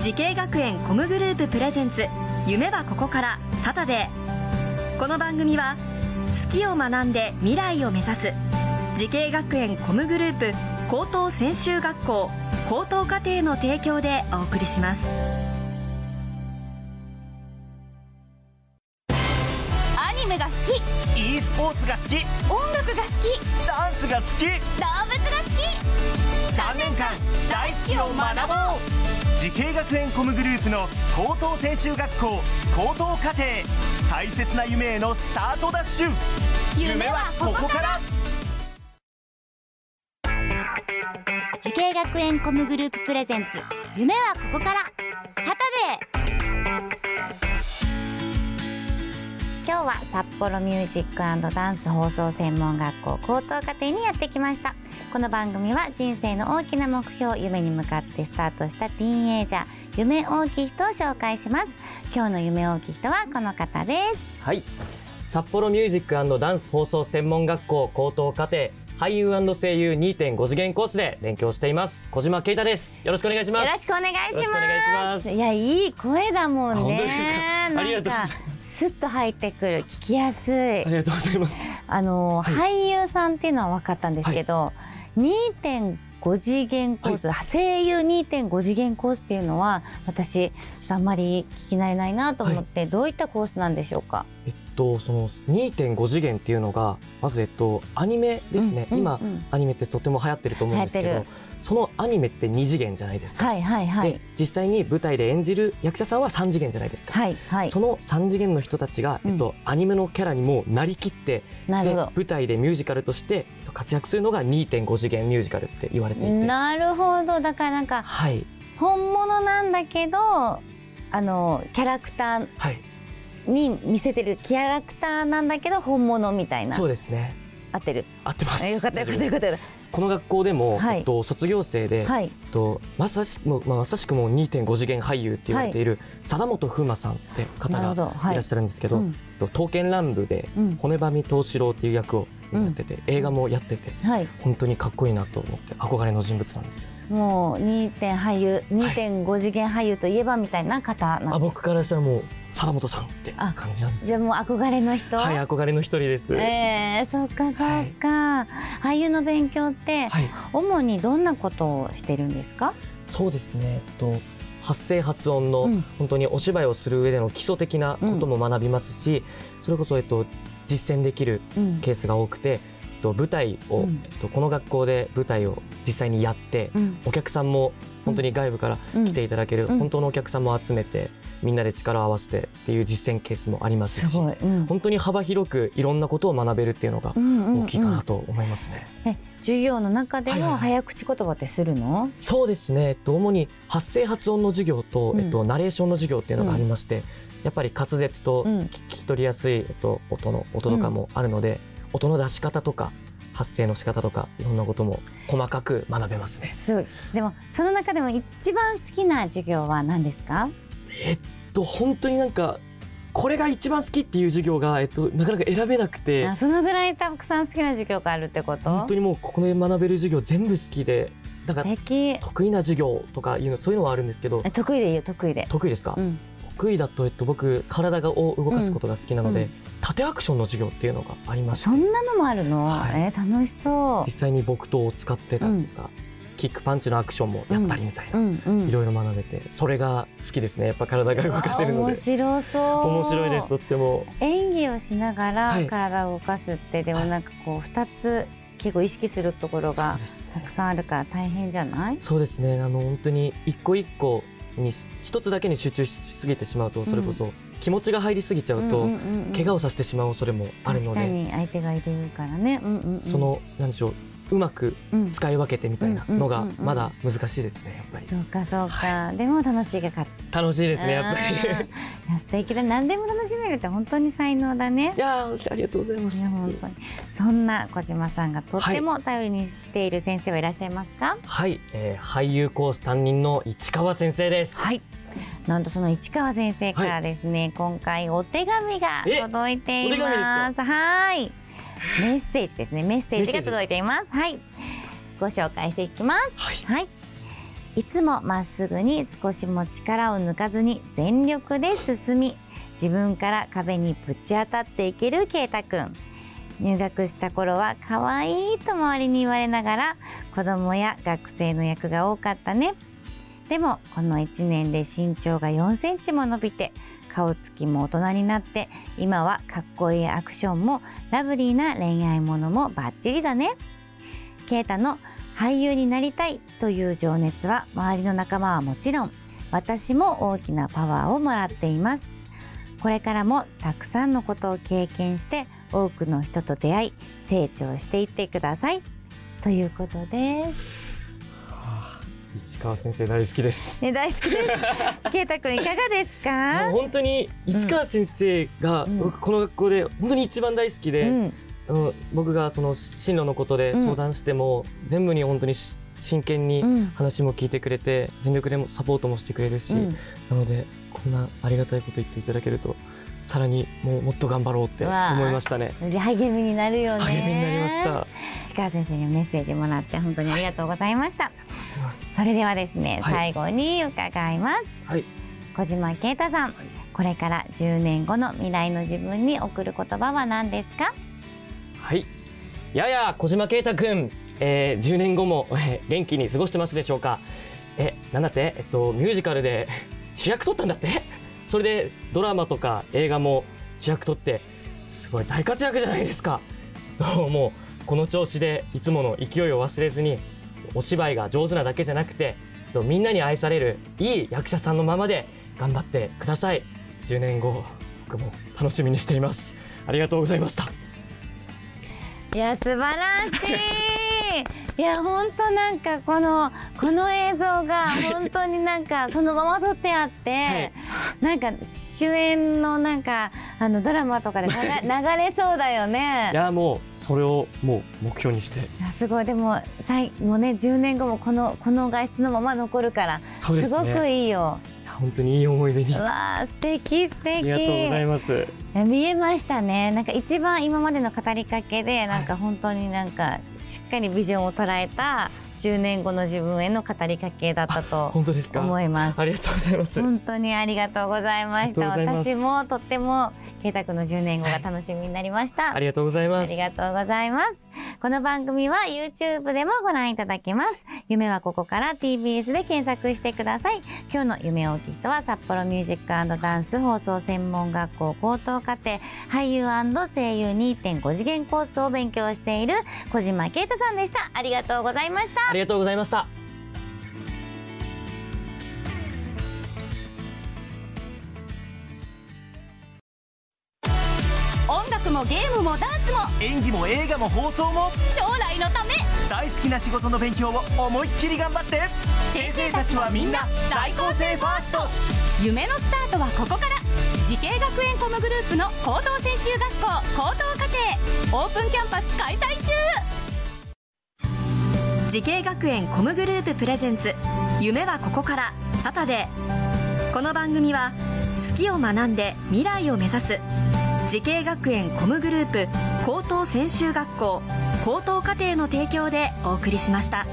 時系学園コムグループプレゼンツ夢はここからサタデーこの番組は好きを学んで未来を目指す時系学園コムグループ高等専修学校高等課程の提供でお送りしますアニメが好き e スポーツが好き音楽が好きダンスが好動き物が好き3年間大好きを学ぼう慈恵学園コムグループの高等専修学校高等課程大切な夢へのスタートダッシュ夢はここから時系学園コムグループプレゼンツ夢はここからサタデー今日は札幌ミュージックダンス放送専門学校高等課程にやってきましたこの番組は人生の大きな目標夢に向かってスタートしたティーンエイジャー夢大きい人を紹介します今日の夢大きい人はこの方ですはい札幌ミュージックダンス放送専門学校高等課程俳優声優2.5次元コースで勉強しています小島慶太ですよろしくお願いしまよすろしくお願いしますよろしくお願いしますいやいい声だもんあ本当でねすかありがとうございなまんすかスッと入ってくる聞きやすいありがとうございますあの、俳優さんっていうのは分かったんですけど、2.5次元コース、声優2.5次元コースっていうのは私ちょっとあんまり聞き慣れないなと思って、どういったコースなんでしょうかえっとその2.5次元っていうのがまずえっとアニメですね、うんうん今うんアニメってとても流行ってると思うんですけ流行どってそのアニメって2次元じゃないですか、はいはいはいで実際に舞台で演じる役者さんは3次元じゃないですか、はいはいその3次元の人たちが、えっと、アニメのキャラにもなりきってなるでほど舞台でミュージカルとしてえっと活躍するのが2.5次元ミュージカルって言われていてなるほどだからなんかはい本物なんだけどあのキャラクターはいに見せてるキャラクターなんだけど本物みたいなそうですね合ってる合ってますあよかったよかった大丈夫よかったよかっこの学校でも、はいえっと、卒業生で、たはいえっと、まさしくもう、まあ、まさしくもう2.5次元俳優って言われている貞本風磨さんってなるほ方がどはいいらっしゃるんですけど、うんえっと刀剣乱舞でうん骨ばみ藤四郎っていう役をやってて、映画もやっててはい本当にかっこいいなと思って憧れの人物なんですもう2点俳優はい2.5次元俳優といえばみたいな方なあんです、僕からしたらもう貞本さんって感じなんですじゃあもう憧れの人、はい憧れの一人です、えー、そうかそうか、俳優の勉強ってはい主にどんなことをしてるんですか、そうですね、えっと、発声発音の、うん本当にお芝居をする上での基礎的なことも学びますし、それこそ、えっと、実践できるうんケースが多くて、えっと、舞台を、うんえっと、この学校で舞台を実際にやって、うんお客さんも本当に外部からうん来ていただける、うん本当のお客さんも集めてみんなで力を合わせてっていう実践ケースもありますしすごい、うん本当に幅広くいろんなことを学べるっていうのがうんうんうん大きいかなと思いますね。え授業の中ではいはいもはい早口言葉ってするの、そうですね、えっと、主に発声発音の授業と、うんえっと、ナレーションの授業っていうのがありまして、やっぱり滑舌とうん聞き取りやすい、えっと、音の音とかもあるので、音の出し方とか発声の仕方とかいろんなことも細かく学べますね。すごいでもその中でも一番好きな授業は何ですかえっと本当になんかこれが一番好きっていう授業が、えっと、なかなか選べなくてあそのぐらいたくさん好きな授業があるってこと本当にもうここで学べる授業全部好きでなんか素敵得意な授業とかいうのそういうのはあるんですけどえ得意でいいよ得意で、得意ですか、うん、得意だと、えっと、僕体がを動かすことが好きなので、うんうん縦アクションの授業っていうのがありましそてんなのもあるの、はいえー楽しそ。実際に木刀を使ってたりとか、キックパンチのアクションもやったりみたいううな、んうん。いろいろ学べてそれが好きですねやっぱ体が動かせるの面で白そう。面白いですとっても演技をしながらはい体を動かすって、でもなんかこう二つ結構意識するところそうがですたねくさんあるから大変じゃない？そうですねあの本当に一個一個に一つだけに集中しすぎてしまうとそれこそ気持ちが入りすぎちゃうと、怪我ををさせてしまう恐れもある確のかで、に相手がいるからね。うんうんうん、そのなんでしょううまくうん使い分けてみたいなのうんがうんうんうんまだ難しいですねやっぱりそうかそうか、でも楽しいが勝つ。楽しいですねやっあぱりーいや素敵だ何でも楽しめるって本当に才能だねい。やーありがとうございますね本当にそんな小島さんがとっても頼りにしている先生はいらっしゃいますか？はい、えー、俳優コース担任の市川先生ですはい。なんとその市川先生からですね、今回お手紙がえ届いていお手紙ま。ですはい。メッセージですね。メッセージが届いています。はい。ご紹介していきます。はいはい。いつもまっすぐに少しも力を抜かずに全力で進み自分から壁にぶち当たっていける圭太くん入学した頃は可愛いと周りに言われながら子供や学生の役が多かったねでもこの1年で身長が4センチも伸びて顔つきも大人になって今はかっこいいアクションもラブリーな恋愛ものもバッチリだね啓太の俳優になりたいという情熱は周りの仲間はもちろん私も大きなパワーをもらっていますこれからもたくさんのことを経験して多くの人と出会い成長していってくださいということです、市川先生大好きです。ね、大好きです 圭太くんいかがですも うか本当に市川先生がうん僕この学校で本当に一番大好きうで、ん、あの僕がその進路のことで相談しても、全部に本当にし真剣うにん話も聞いてくれて、全力でもサポートもしてくれるし、うんなのでこんなありがたいこと言っていただけるとさらにもうもっと頑張ろうってうわー思いましたね。励みになるよね励みになりました。市川先生にメッセージもらって本当にありがとうございましたそれではですね、は最い後に伺います、はい小島慶太さん、これから10年後の未来の自分に送る言葉は何ですかはい。やや小島慶太くん、えー10年後も、えー元気に過ごしてますでしょうか。え、なんだって？えっとミュージカルで 主役取ったんだって？それでドラマとか映画も主役取ってすごい大活躍じゃないですか。どうもこの調子でいつもの勢いを忘れずにお芝居が上手なだけじゃなくて、えっとみんなに愛されるいい役者さんのままで頑張ってください。10年後僕も楽しみにしています。ありがとうございました。いや素晴らし いいや本当なんかこのこの映像が本当になん かそのまま撮ってあって、はいなんか主演のなんかあのドラマとかで流 流れそうだよねいやもうそれをもう目標にしていやすごいでもさいもうね10年後もこのこの画質のまま残るからそうですねごくいいよ本当にいい思い出にうあわー素敵素敵りがとうございますいや見えましたねなんか一番今までの語りかけでなんか本当になんかしっかりビジョンを捉えた10年後の自分への語りかけだったと本当ですか思いますありがとうございます本当にありがとうございましたありがとうござ私いもますとっても圭太君の10年後が楽しみになりました、ありがとうございますありがとうございます。この番組は YouTube でもご覧いただけます。夢はここから TBS で検索してください。今日の夢を聞き人は札幌ミュージックダンス放送専門学校高等課程俳優声優2.5次元コースを勉強している小島慶太さんでした。ありがとうございました。ありがとうございました音楽もゲームもダンスも演技も映画も放送も将来のため大好きな仕事の勉強を思いっきり頑張って先生たちはみんな在校生ファースト夢のスタートはここから慈恵学園コムグループの高等専修学校高等課程オープンキャンパス開催中慈恵学園コムグループプレゼンツ夢はここからサタデーこの番組は好きを学んで未来を目指す慈恵学園コムグループ高等専修学校高等課程の提供でお送りしました。